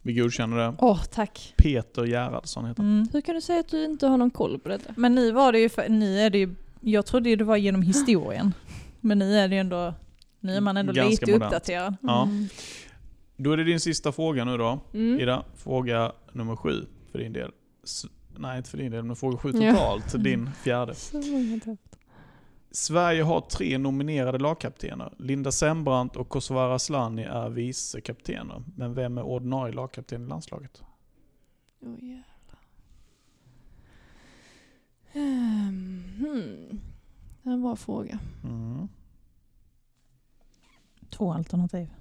Vi godkänner det.
Åh, tack.
Peter Gerhardsson heter han.
Mm.
Hur kan du säga att du inte har någon koll på detta?
Men nu var det ju, för, nu är det ju, jag trodde ju det var genom historien. Men nu är det ju ändå, nu är man ändå
Ganska
lite
modernt.
uppdaterad.
Ja. Då är det din sista fråga nu då.
Mm.
Ida, fråga nummer sju för din del. S- Nej, inte för din del, men fråga sju
Ja.
totalt. Din fjärde.
Så många tapp.
Sverige har tre nominerade lagkaptener. Linda Sembrant och Kosovare Asllani är vicekaptener. Men vem är ordinarie lagkapten i landslaget?
Åh jävlar. Ehm, hmm. Det är en bra fråga.
Mm.
Två alternativ.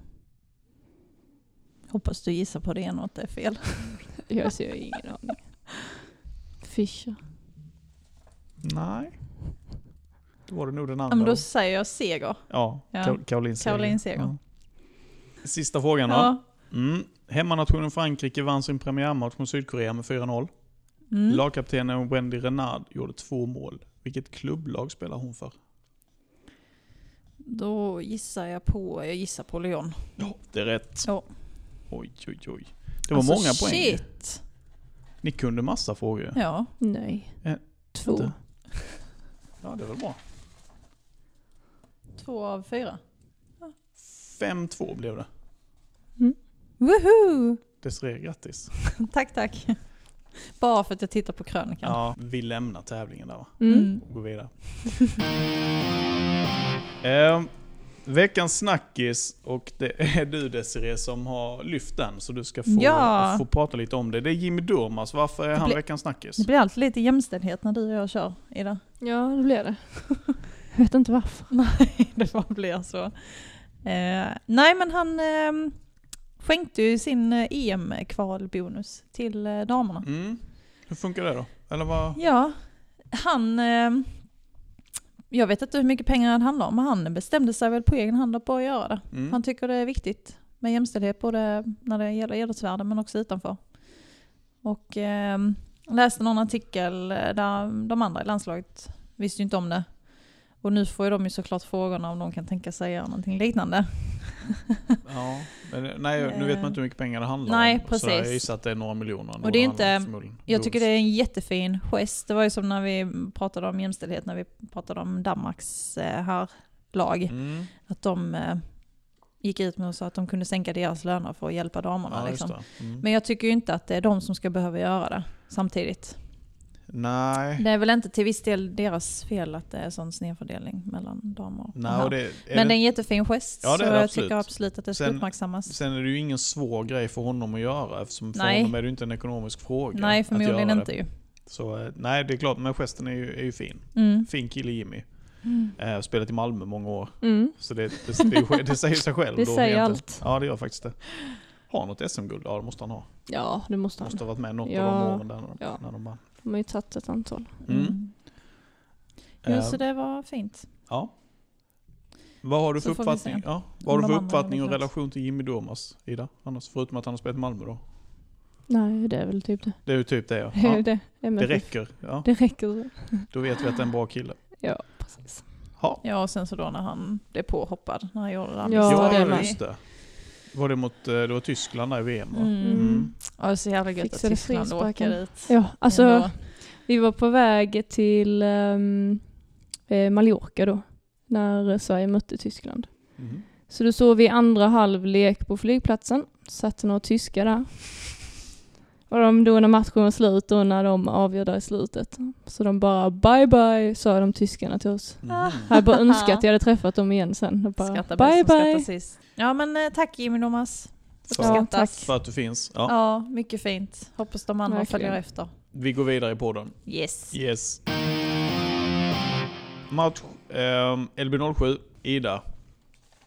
Hoppas du gissar på det ena och att det är fel.
Jag ser ingen aning. Fischer.
Nej. Då var det nog den
Ja,
andra.
men då säger jag seger.
Ja,
Ja.
Ka- Caroline Seger.
Caroline Seger.
Ja. Sista frågan då.
Ja.
Mm. Hemmanationen Frankrike vann sin premiärmatch mot Sydkorea med 4-0.
Mm.
Lagkaptenen Wendy Renard gjorde två mål. Vilket klubblag spelar hon för?
Då gissar jag på, jag gissar på Lyon.
Ja, det är rätt.
Ja. Alltså,
Oj, oj, oj. Det var många poäng.
Shit.
Ni kunde massa frågor.
Ja.
Nej.
Eh,
Två.
vänta. Ja, det var bra.
Två av fyra.
5-2 blev det.
Woohoo!
Desirée, grattis.
Tack, tack. Bara för att jag tittar på krönikan.
Ja, vi lämnar tävlingen där va?
Mm.
och går vidare. eh, veckans snackis och det är du Desiree som har lyft den så du ska få,
Ja.
få prata lite om det. Det är Jimmy Durmaz, varför är
Det
han
blir-
veckans snackis?
Det blir alltid lite jämställdhet när du och jag kör, Ida.
Ja, det blev det. Jag vet inte varför.
Nej, det bara blir så. Eh, nej, men han eh, skänkte ju sin eh, EM-kvalbonus till eh, damerna.
Mm. Hur funkar det då? Eller vad?
Ja, han... Eh, jag vet inte hur mycket pengar han handlar om, men han bestämde sig väl på egen hand att bara göra det.
Mm.
Han tycker det är viktigt med jämställdhet både när det gäller idrottsvärlden men också utanför. Och eh, läste någon artikel eh, där de andra i landslaget visste ju inte om det. Och nu får ju de ju såklart frågan om de kan tänka sig göra någonting liknande.
Ja. Men, nej, nu vet man inte hur mycket pengar det handlar
Nej,
om. Så jag
precis.
gissar att det är några miljoner. ändå
Och det är
handlar om
inte-
förmodligen.
Jag tycker det
Bonus.
är en jättefin gest. Det var ju som när vi pratade om jämställdhet, när vi pratade om Danmarks eh, här lag.
Mm.
Att de eh, gick ut med och sa att de kunde sänka deras löner för att hjälpa damerna.
Ja, just
liksom.
det. Mm.
Men jag tycker ju inte att det är de som ska behöva göra det samtidigt.
Nej.
Det är väl inte till viss del deras fel att det är sån snedfördelning mellan damer och
Nej,
herrar.
och det, är
Men det
det-
är en jättefin gest,
Ja, det
så
är det
jag
absolut.
tycker absolut att det ska
Sen-
uppmärksammas.
Sen är det ju ingen svår grej för honom att göra eftersom för
Nej.
honom är det ju inte en ekonomisk fråga.
Nej,
att
förmodligen
göra det.
inte ju.
Så, eh, nej, det är klart, men gesten är ju, är ju fin.
Mm.
Fin kille Jimmy. Eh, spelat i Malmö många år.
Mm.
Så det, det, det, det säger sig själv.
Det
då
säger
egentligen.
allt.
Ja, det gör faktiskt det. Har han något SM-guld? Ja, det måste han ha.
Ja, det måste han.
Måste ha varit med något
Ja.
av de åren där när,
Ja.
när de vann.
De har ju tagit ett antal.
Mm.
Mm. Jo,
Eh,
så det var fint.
ja. Vad har du
Så
för
får vi
uppfattning,
se.
ja, vad har du
Om de
för
andra
uppfattning och
hade klarat.
relation till Jimmy Durmaz, Ida? Annars, förutom att han har spelat i Malmö då.
Nej, det är väl typ det.
Det är ju typ det ja.
Det är
ja.
det.
Det
MFF.
räcker. Ja,
Det räcker.
då vet vi att det är en bra kille.
Ja, precis.
Ja,
Ja, och sen så då när han blev påhoppad, när han gjorde det. här
Ja,
ja,
misstaget.
det är med.
just det. Var det mot eh, det var Tyskland där i VM va?
Mm.
Mm.
Ja, det är så jävla gött att
Fixade
Tyskland åker
frisparken.
dit.
Ja, alltså
Ändå.
vi var på väg till ehm, eh, Mallorca då. När Sverige mötte Tyskland.
Mm.
Så då såg vi andra halvlek på flygplatsen. Satt några tyskar där. Och de då när matchen var slut och när de avgjorde i slutet. Så de bara bye bye sa de tyskarna till oss.
Mm.
Jag hade bara önskat att jag hade träffat dem igen sen. Och bara,
Skrattar
bye
bäst som skrattar
bye.
sist. Ja, men eh, tack Jimmy Thomas.
För,
Ja,
Uppskattas.
tack.
för att du finns. Ja.
Ja, mycket fint. Hoppas de andra
Verkligen.
följer efter.
Vi går vidare i podden.
Yes.
Yes. Match ehm, LB07. Ida.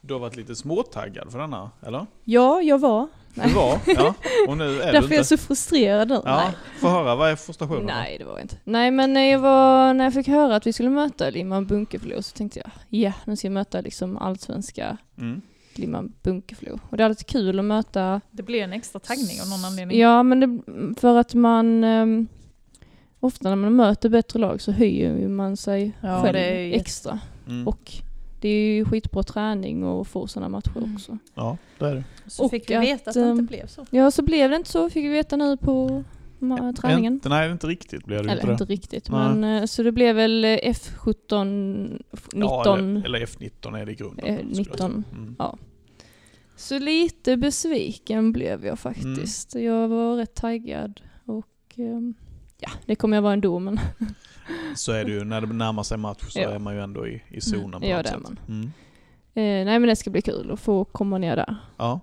Du har varit lite småtaggad för denna, eller?
Ja, jag var.
Du var, ja. Och nu
Därför
är du
är jag
inte.
så frustrerad nu.
Ja, få höra, vad är frustrationen? då?
Nej, det var jag inte. Nej, men när jag, var, när jag fick höra att vi skulle möta Limhamn Bunkeflo så tänkte jag, ja, nu ska jag möta liksom allsvenska
Mm.
Limhamn Bunkeflo. Och det är alltid kul att möta
Det blir en extra taggning av någon anledning.
Ja, men det, för att man ehm, ofta när man möter bättre lag så höjer ju man sig
Ja,
själv
det är ju
extra.
Mm.
Och det är ju skitbra träning och få sådana matcher
Mm.
också.
Ja, det är det.
Så
Och
fick vi veta att det
att,
inte
ehm,
blev så.
Ja, så blev det inte så, fick vi veta nu på ma- träningen.
Inte, nej, inte riktigt blir det ju
Eller
inte
inte
det.
riktigt,
Nej.
men eh, så det blev väl eh, F17,
Ja, eller,
19,
eller F19 är det i grunden.
eh,
skulle jag säga.
19.
Mm.
Så lite besviken blev jag faktiskt.
Mm.
Jag var rätt taggad och ehm, ja, det kommer jag vara ändå men
Så är det ju, när det närmar sig match så
Ja. Mm,
är man ju ändå i, i zonen på
Ja,
något
det är
sätt.
man.
Mm.
eh, nej men det ska bli kul att få komma ner där.
Ja.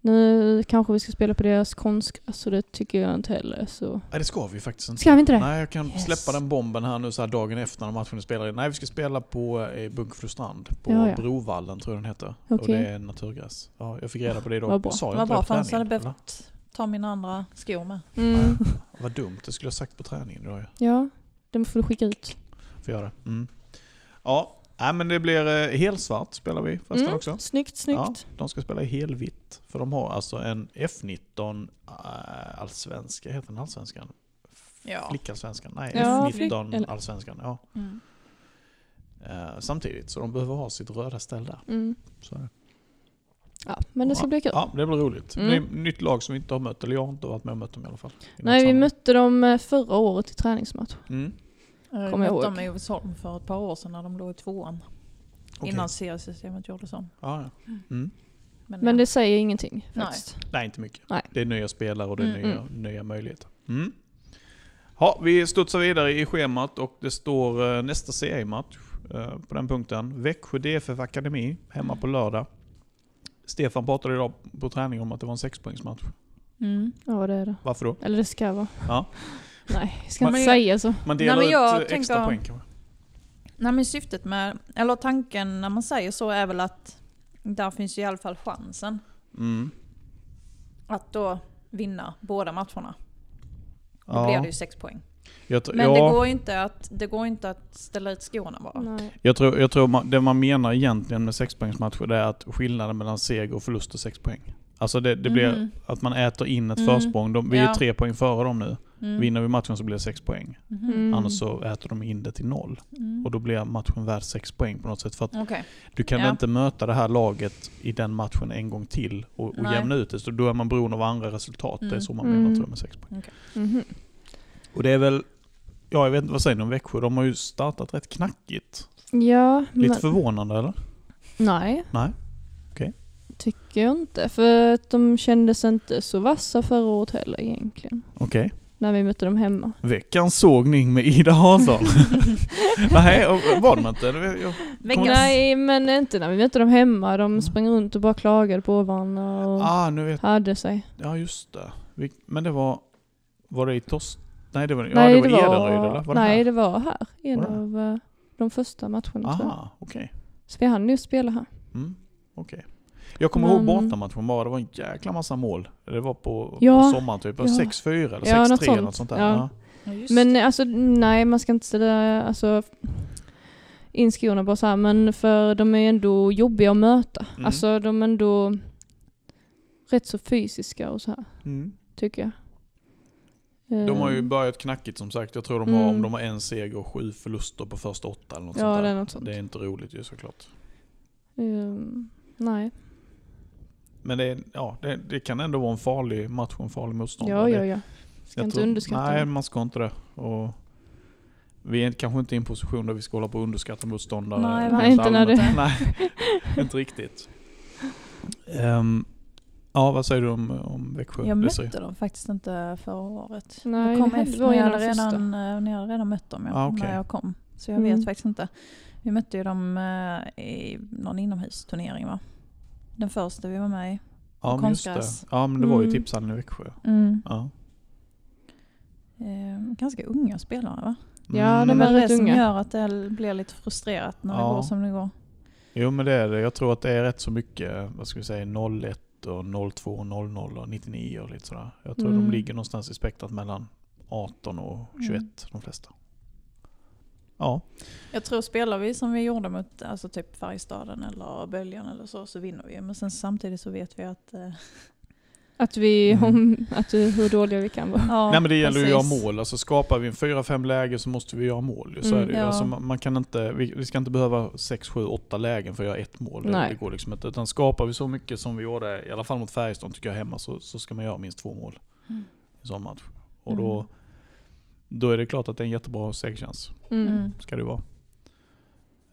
Nu kanske vi ska spela på deras konstgräs så det tycker jag inte heller så.
Nej, det ska vi faktiskt inte.
Ska vi inte det?
Mm. Nej, jag kan
Yes.
släppa den bomben här nu så här dagen efter när matchen är spelad. Nej, vi ska spela på eh, Bunkeflostrand. På
Ja, ja.
Brovallen tror jag den heter. Och
Okej.
det är naturgräs. Ja, jag fick reda på det idag.
Vad bra.
Sa jag
Vad
inte
bra,
det på
för annars hade jag
träningen? eller?
behövt ta mina andra skor med.
Mm.
Vad dumt, det skulle jag sagt på träningen idag. ju.
Ja, den får du skicka ut.
Får göra. Mm. Ja, nej, men det blir eh, helsvart spelar vi förresten
Mm,
också.
Snyggt, snyggt.
De ska spela i helvitt. För de har alltså en F19 eh, allsvenska, heter den allsvenskan?
Ja.
Flickallsvenskan? Nej,
Ja,
F19
flick- eller-
allsvenskan. Ja.
Mm.
Eh, samtidigt, så de behöver ha sitt röda ställ där.
Mm.
Så är det.
Ja, men det ska bli kul.
Ja, det blir roligt.
Mm.
Det är ett nytt lag som vi inte har mött, eller jag har inte varit med och mött dem i alla fall. I något
Nej, vi
sammanhang.
mötte dem eh, förra året i träningsmatch.
Mm.
Eh, Jag
Kommer jag
mötte
ihåg.
dem i Ovesholm för ett par år sedan när de låg i tvåan.
Okej.
Innan seriesystemet gjordes om.
Ja, ja. Mm.
Men
ja.
det säger ingenting faktiskt.
Nej, inte mycket.
Nej.
Det är nya spelare och det är
Mm,
nya, nya möjligheter. Mm. Ja, vi studsar vidare i schemat och det står eh, nästa seriematch eh, på den punkten. Växjö DFF Akademi hemma på lördag. Stefan pratade idag på träning om att det var en sexpoängsmatch.
Mm.
Ja, det är det.
Varför då?
Eller det ska vara.
Ja.
Nej, jag ska
Man-
inte säga så.
Man
Nej,
delar
men jag
ut eh, extra
tänker-
poäng kanske.
Nej men syftet med, eller tanken när man säger så är väl att där finns ju i alla fall chansen
Mm.
att då vinna båda matcherna. Då
Ja.
blir det ju sex poäng.
Jag, tr-
Men
ja,
det, går ju inte att, det går ju inte att ställa ut skorna bara.
Nej.
jag tror, jag tror man, det man menar egentligen med sexpoängsmatcher det är att skillnaden mellan seger och förlust är sex poäng. Alltså det, det blir
Mhm.
att man äter in ett
Mm.
försprång. De, vi är
Ja.
tre poäng före dem nu.
Mm.
Vinner vi matchen så blir det sex poäng.
Mhm.
Mm.
Annars så äter de in det till noll.
Mm.
Och då blir matchen värd sex poäng på något sätt. För att
Okej.
du kan
Ja.
inte möta det här laget i den matchen en gång till och, och
Nej.
jämna ut det. Så då är man beroende av andra resultat. Det är
Mm.
så man
Mm.
menar tror jag med sex poäng.
Mhm.
Och det är väl, ja jag vet inte vad säger ni om Växjö? De har ju startat rätt knackigt.
Ja,
Lite
men
förvånande eller?
nej.
Nej. Okej.
Tycker jag inte. För att de kändes inte så vassa förra året heller egentligen.
Okej.
När vi mötte dem hemma.
Veckans sågning med Ida Hansson. Nej, och- var de inte? Jag- jag-
Veckans.
Nej, men inte när vi mötte dem hemma. De
Mm.
sprang runt och bara klagade på varandra och
Ah, nu vet
hade sig.
Ja, just det. Vi- Men det var... Var det i Torst... Nej, det var, ja,
nej,
det var Edenryd eller? Var det
nej,
här?
det var här. En
Var det här?
av eh, de första matcherna tror jag.
Aha, okej.
Så vi hann ju spela här.
Mm, okej. Jag kommer
Men-
ihåg bortamatchen bara, det var en jäkla massa mål. Det var på,
Ja,
på sommaren typ,
ja.
6-4 eller 6-3
Ja, något
eller något
sånt.
sånt där.
Ja. Mm.
Ja.
Ja, just
Men
det.
eh, alltså, nej, man ska inte ställa alltså, in skorna bara så här, men för de är ändå jobbiga att möta.
Mm.
Alltså de är ändå rätt så fysiska och så här,
Mm.
tycker jag.
De har ju
Eh,
börjat knackigt som sagt. Jag tror de har, om
Mm.
de har en seger och sju förluster på första åtta eller något
Ja,
sånt där.
det är något sånt.
Det är inte roligt ju såklart.
ehm, nej.
Men det, är- ja, det, det kan ändå vara en farlig match och en farlig motståndare.
Ja,
Det-
ja, ja. Ska
Jag
inte
tror-
underskatta
Nej,
dem.
man ska inte det. Och vi är kanske inte i en position där vi ska hålla på och underskatta motståndare.
Nej,
rent
nej, inte när
allmänt.
det-
Nej, inte riktigt. Ehm, ja, vad säger du om, om Växjö?
Jag
Desiree?
mötte dem faktiskt inte förra året.
Nej,
jag kom
det hände-
efter,
var
men jag
en
hade,
av de första.
redan, eh, ni hade redan mött dem ja,
Ah, okej.
när jag kom. Så jag
Mm.
vet faktiskt inte. Vi mötte ju dem eh, i någon inomhusturnering va? Den första vi var med i.
ja, men just
konstgräs.
det. Ja, men det var ju
Mm.
tipshallen i Växjö.
Mm.
Ja,
Eh, ganska unga spelare va?
Ja,
Det
de
är
är
väl det
rätt
som
unga.
gör att det blir lite frustrerat när
Ja.
det går som det går.
Jo, men det är det. Jag tror att det är rätt så mycket, vad ska vi säga, 01 och 02 och 00 och 99 och lite sådär. Jag tror de
Mm.
ligger någonstans i spektrat mellan 18 och 21,
Mm.
de flesta. Ja.
Jag tror spelar vi som vi gjorde mot alltså typ Färjestaden eller Böljan eller så, så vinner vi. Men sen samtidigt så vet vi att... Eh,
Att vi,
Mm.
om, att eh, hur dåliga vi kan vara.
ja,
Nej men det gäller ju att
precis.
göra mål. Alltså skapar vi en 4-5 läge så måste vi göra mål. ju. Så
Mm,
är det ju.
ja.
Alltså, man, man kan inte, vi, vi ska inte behöva 6, 7, 8 lägen för att göra ett mål. Det,
Nej.
det går liksom inte. Utan skapar vi så mycket som vi gjorde, i alla fall mot Färjestad tycker jag hemma, så, så ska man göra minst två mål
Mm.
i en sån match. Och då,
Mm.
då är det klart att det är en jättebra segerchans.
Mm.
Mm.
Ska det ju vara.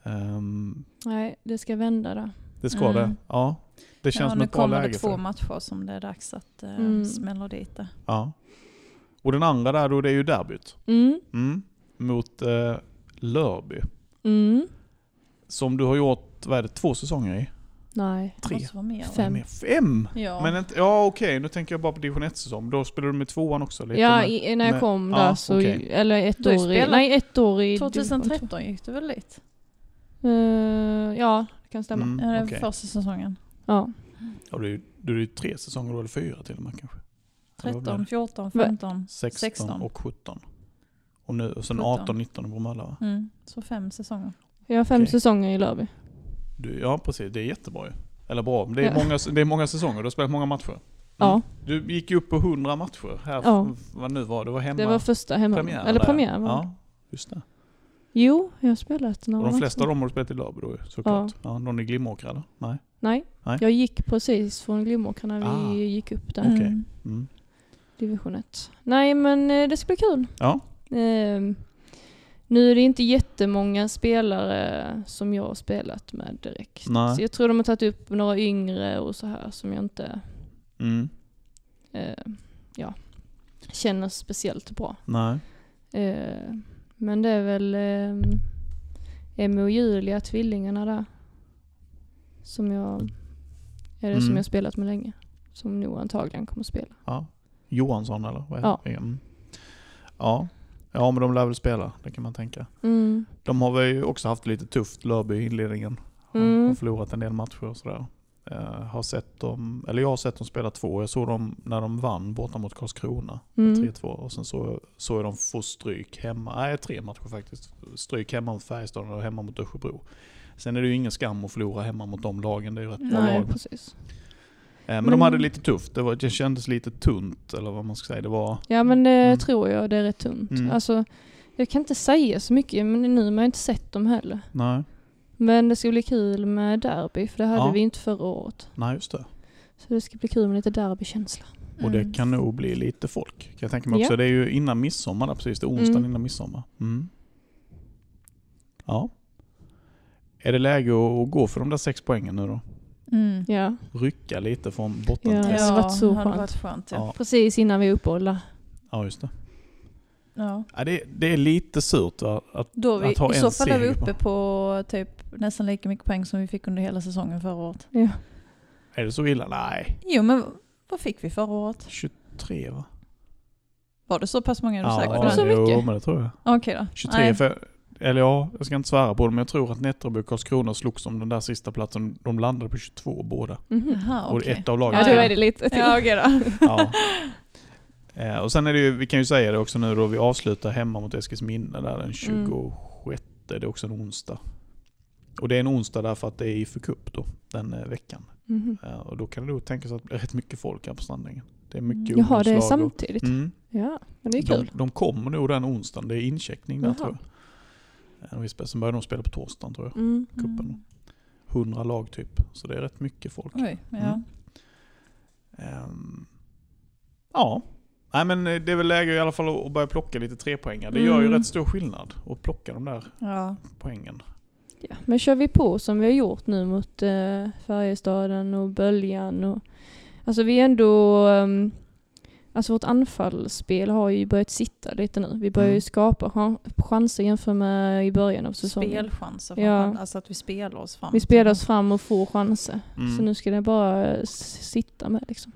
Ehm,
Nej, det ska vända där.
det ska
Mm.
det. Ja. Det känns
ja,
som
nu
ett bra
kommer
läge
det två
för.
matcher som det är dags att eh,
Mm.
smälla dit det.
Ja. Och den andra där då, det är ju derbyt.
Mm,
Mm. Mot eh, Lörby.
mm.
Som du har gjort, vad är det, två säsonger i?
Nej.
Tre?
Måste vara mer, va?
Fem.
Nej, Fem?
Ja.
Men inte, ja okej, nu tänker jag bara på division 1-säsong. Då spelade du med tvåan också? Lite
Ja,
men-
i, när jag
men-
kom
ja,
där så,
okej.
eller ett
Du har ju
år i,
spelat
nej ett år i...
2013 gick du väl dit?
Eh, ja, det kan stämma.
Mm,
Ja, det var
okej.
första säsongen.
Ja.
Ja, du, du är ju tre säsonger då, eller fyra till och med kanske? Eller vad blir
13,
det?
14,
Va?
15.
16,
16.
och 17. Och nu, och sen
17.
18, 19 i Bromölla va?
Mm. Så fem säsonger.
Jag har fem
Okej.
säsonger i Lörby.
Du, ja precis, det är jättebra ju. Eller bra, men det är,
Ja.
många, det är många säsonger, du har spelat många matcher.
Ja,
Du gick ju upp på 100 matcher här,
Ja.
f- vad nu var det, var hemma
det var första hemma.
premiär
eller
där,
premiär var
ja.
det.
ja, just det.
Jo, jag har spelat några
Och de flesta av
matcher.
dem har du spelat i Lörby då ju, såklart. Ja. någon i Glimåkra eller? Nej?
Nej.
Nej.
jag gick precis från Glimåkra när vi
Ah.
gick upp där.
Okej.
Mm.
Mm.
Division 1. Nej men eh, det ska bli kul.
Ja.
Ehm, nu är det inte jättemånga spelare som jag har spelat med direkt.
Nej.
Så jag tror de har tagit upp några yngre och så här som jag inte
Mm.
eh, ja, känner speciellt bra.
Nej.
Eh, men det är väl eh, Emmy och Julia, tvillingarna där. Som jag, är det som
Mm.
jag spelat med länge. Som nog antagligen kommer spela.
Ja. Johansson eller? Vad är
Ja.
det? Mm. ja. Ja, men de lär väl spela, det kan man tänka.
Mm.
De har väl ju också haft lite tufft, Lörby, i inledningen. Har,
Mm.
har förlorat en del matcher och sådär. Eh, har sett dem, eller jag har sett dem spela två. Jag såg dem när de vann borta mot Karlskrona,
Mm.
3-2. Och sen så, såg jag dem få stryk hemma, nej tre matcher faktiskt. Stryk hemma mot Färjestad och hemma mot Örsjöbro. Sen är det ju ingen skam att förlora hemma mot de lagen, det är ju rätt bra lag.
Nej,
Eh,
precis.
Men,
Men-
de hade lite tufft, det, var, det kändes lite tunt eller vad man ska säga. Det var,
Ja men det
Mm.
tror jag, det är rätt tunt.
Mm.
Alltså, jag kan inte säga så mycket, men nu har jag inte sett dem heller.
nej,
Men det ska bli kul med derby, för det hade
Ja.
vi inte förra året.
nej just det.
Så det ska bli kul med lite derbykänsla.
Och
Mm.
det kan nog bli lite folk. Kan jag tänka mig också.
Ja.
Det är ju innan midsommar där, precis. Det är onsdagen
Mm.
innan midsommar. Mm. Ja. Är det läge att att gå för de där sex poängen nu då?
Mm.
Ja,
Rycka lite från
Ja.
botten.
det
Ja.
hade varit så
det hade
skönt.
varit skönt. Ja.
Ja.
precis innan vi uppehåller.
ja, just det.
Ja.
Ja, det, det är lite surt va? Att,
Då är
Att ha
vi, I
en
så fall är vi
seger på-
uppe på typ nästan lika mycket poäng som vi fick under hela säsongen förra året.
Ja.
är det så illa? Nej.
Jo men vad fick vi förra året?
23 va?
Var det så pass många du
Ja,
sökte?
Var det så
Jo,
mycket?
men det tror jag.
Okej då.
23
Nej.
för, Eller ja, jag ska inte svära på det, men jag tror att Nätterby och Karlskrona slogs om den där sista platsen. De landade på 22 båda.
Mhm.
Jaha,
Och
okej.
ett av lagen
Ja, då
spelade.
är det lite till.
Ja, okej då.
Ja. Eh, och sen är det ju, vi kan ju säga det också nu då, vi avslutar hemma mot Eskilsminne där den 26,
Mm.
det är också en onsdag. Och det är en onsdag därför att det är IFK Cup då, den eh, veckan.
Mhm.
Eh, och då kan det nog tänkas att det blir rätt mycket folk här på strandängen. Det är mycket
Jaha, det är
ungdomslag och-
samtidigt.
Mm,
Ja, men det är
de,
kul.
de kommer nog den onsdagen, det är incheckning där
Jaha.
tror jag. Eh, vi spel- Sen börjar de spela på torsdagen tror jag,
Mm.
cupen. 100 lag typ, så det är rätt mycket folk.
Oj, ja.
Mm. Ehm, ja. Nej men eh, det är väl läge i alla fall att börja plocka lite trepoängar. Det gör ju
Mm.
rätt stor skillnad att plocka de där
ja.
poängen.
Ja. Men kör vi på som vi har gjort nu mot eh, Färjestaden och Böljan och alltså vi är ändå ehm, Alltså vårt anfallsspel har ju börjat sitta lite nu. Vi börjar
Mm.
ju skapa chan- chanser jämfört med i början av säsongen.
Spelchanser.
Ja.
Ja. Alltså att vi spelar oss fram.
Vi spelar oss fram och får chanser.
Mm.
Så nu ska det bara eh, s- sitta med liksom.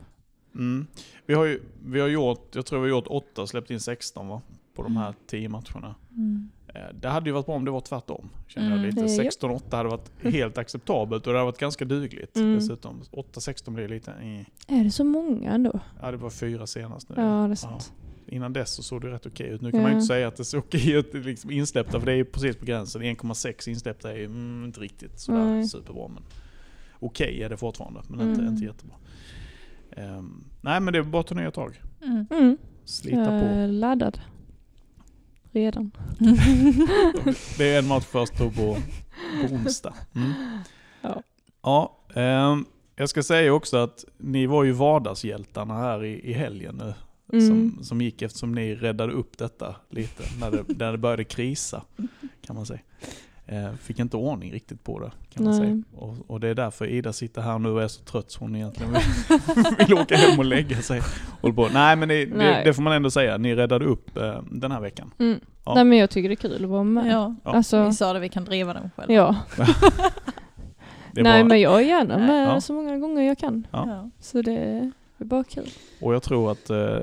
Mm. Vi har ju vi har gjort, jag tror vi har gjort åtta, släppt in 16 va? På
Mm.
de här 10 matcherna.
Mm.
Eh, Det hade ju varit bra om det var tvärtom. Känner
Mm.
jag lite.
Eh, ja.
16-8 hade varit helt acceptabelt och det hade varit ganska dugligt
Mm.
dessutom. 8-16 blir lite... Eh.
Är det så många ändå?
Ja, det var fyra senast nu.
Ja, det är sant.
Innan dess så såg det rätt okej ut. Nu kan man
Ja.
ju inte säga att det såg okej ut liksom insläppta, för det är ju precis på gränsen. 1,6 insläppta är ju mm, inte riktigt sådär
Nej.
superbra. Men okej är det fortfarande, men inte,
Mm.
inte jättebra. Ehm, nej men det är bara att ta nya tag.
Mm.
Mm.
Slita
jag
på.
är laddad. Redan.
Det är en match först då på, på onsdag. Mm.
Ja.
Ja, ehm, jag ska säga också att ni var ju vardagshjältarna här i, i helgen nu.
Mm.
Som, som gick eftersom ni räddade upp detta lite när det, när det började krisa. Kan man säga. Eh, Fick inte ordning riktigt på det kan man
Nej.
säga. Och, och det är därför Ida sitter här nu och är så trött så hon egentligen vill, vill åka hem och lägga sig. Håller på. Nej men det, det,
Nej.
det får man ändå säga, ni räddade upp eh, den här veckan.
Mm.
Ja.
Nej men jag tycker det är kul att vara med.
Ja.
Alltså,
Vi sa det, vi kan driva dem själva.
ja.
Det är
Nej
bra.
men jag är gärna
Nej.
med
Ja.
så många gånger jag kan.
Ja.
Ja.
Så det är det är bara kul.
Och jag tror att... eh, eh,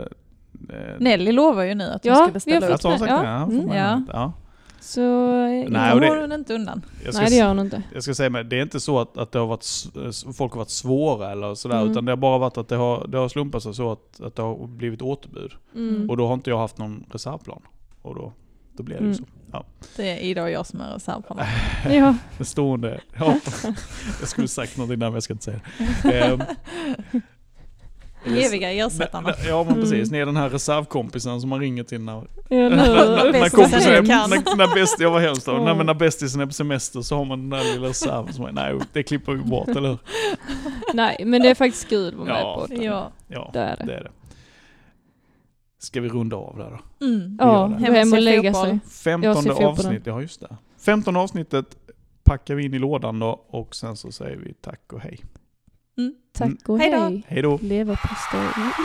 Nelly lovar ju nu att hon
Ja,
ska beställa
vi har
upp.
Att hon sagt
Ja.
det? Ja,
Mm.
får man
Ja.
ja. Ja.
Så eh,
Nej,
Nej,
och det-
har hon inte undan.
Jag, ska,
Nej det gör hon inte.
jag ska säga men det är inte så att, att det har varit, s- eh, folk har varit svåra eller sådär,
Mm.
utan det har bara varit att det har, det har slumpat sig så att, att det har blivit återbud.
Mm.
Och då har inte jag haft någon reservplan. Och då, då blir det ju så.
Det är Ida och jag som är reservparna.
Mm. Ja.
Det stående. Ja. Jag skulle sagt någonting där men jag ska inte säga det. Ehm,
Eviga ersättarna.
Ja men precis,
Mm.
ni är den här reservkompisen som man ringer till när,
Ja,
när,
nu.
när
Bästisen
kompisen är,
du kan.
när, när bäst, jag var hemskt
Åh.
när, men när bästisen är på semester så har man den där lilla reserven som är, nej det klipper vi bort eller hur?
Nej men det är faktiskt kul att vara med
Ja.
på det.
Ja.
Ja,
Det är det.
det är det. Ska vi runda av där då?
Mm.
Ja,
det.
hem och lägga sig. Jag ser
15
fel på den.
avsnitt, ja just det. 15 avsnittet packar vi in i lådan då och sen så säger vi tack och hej. Mm.
Tack och
Hej då.
hej.
Hej då!
Leverpastej.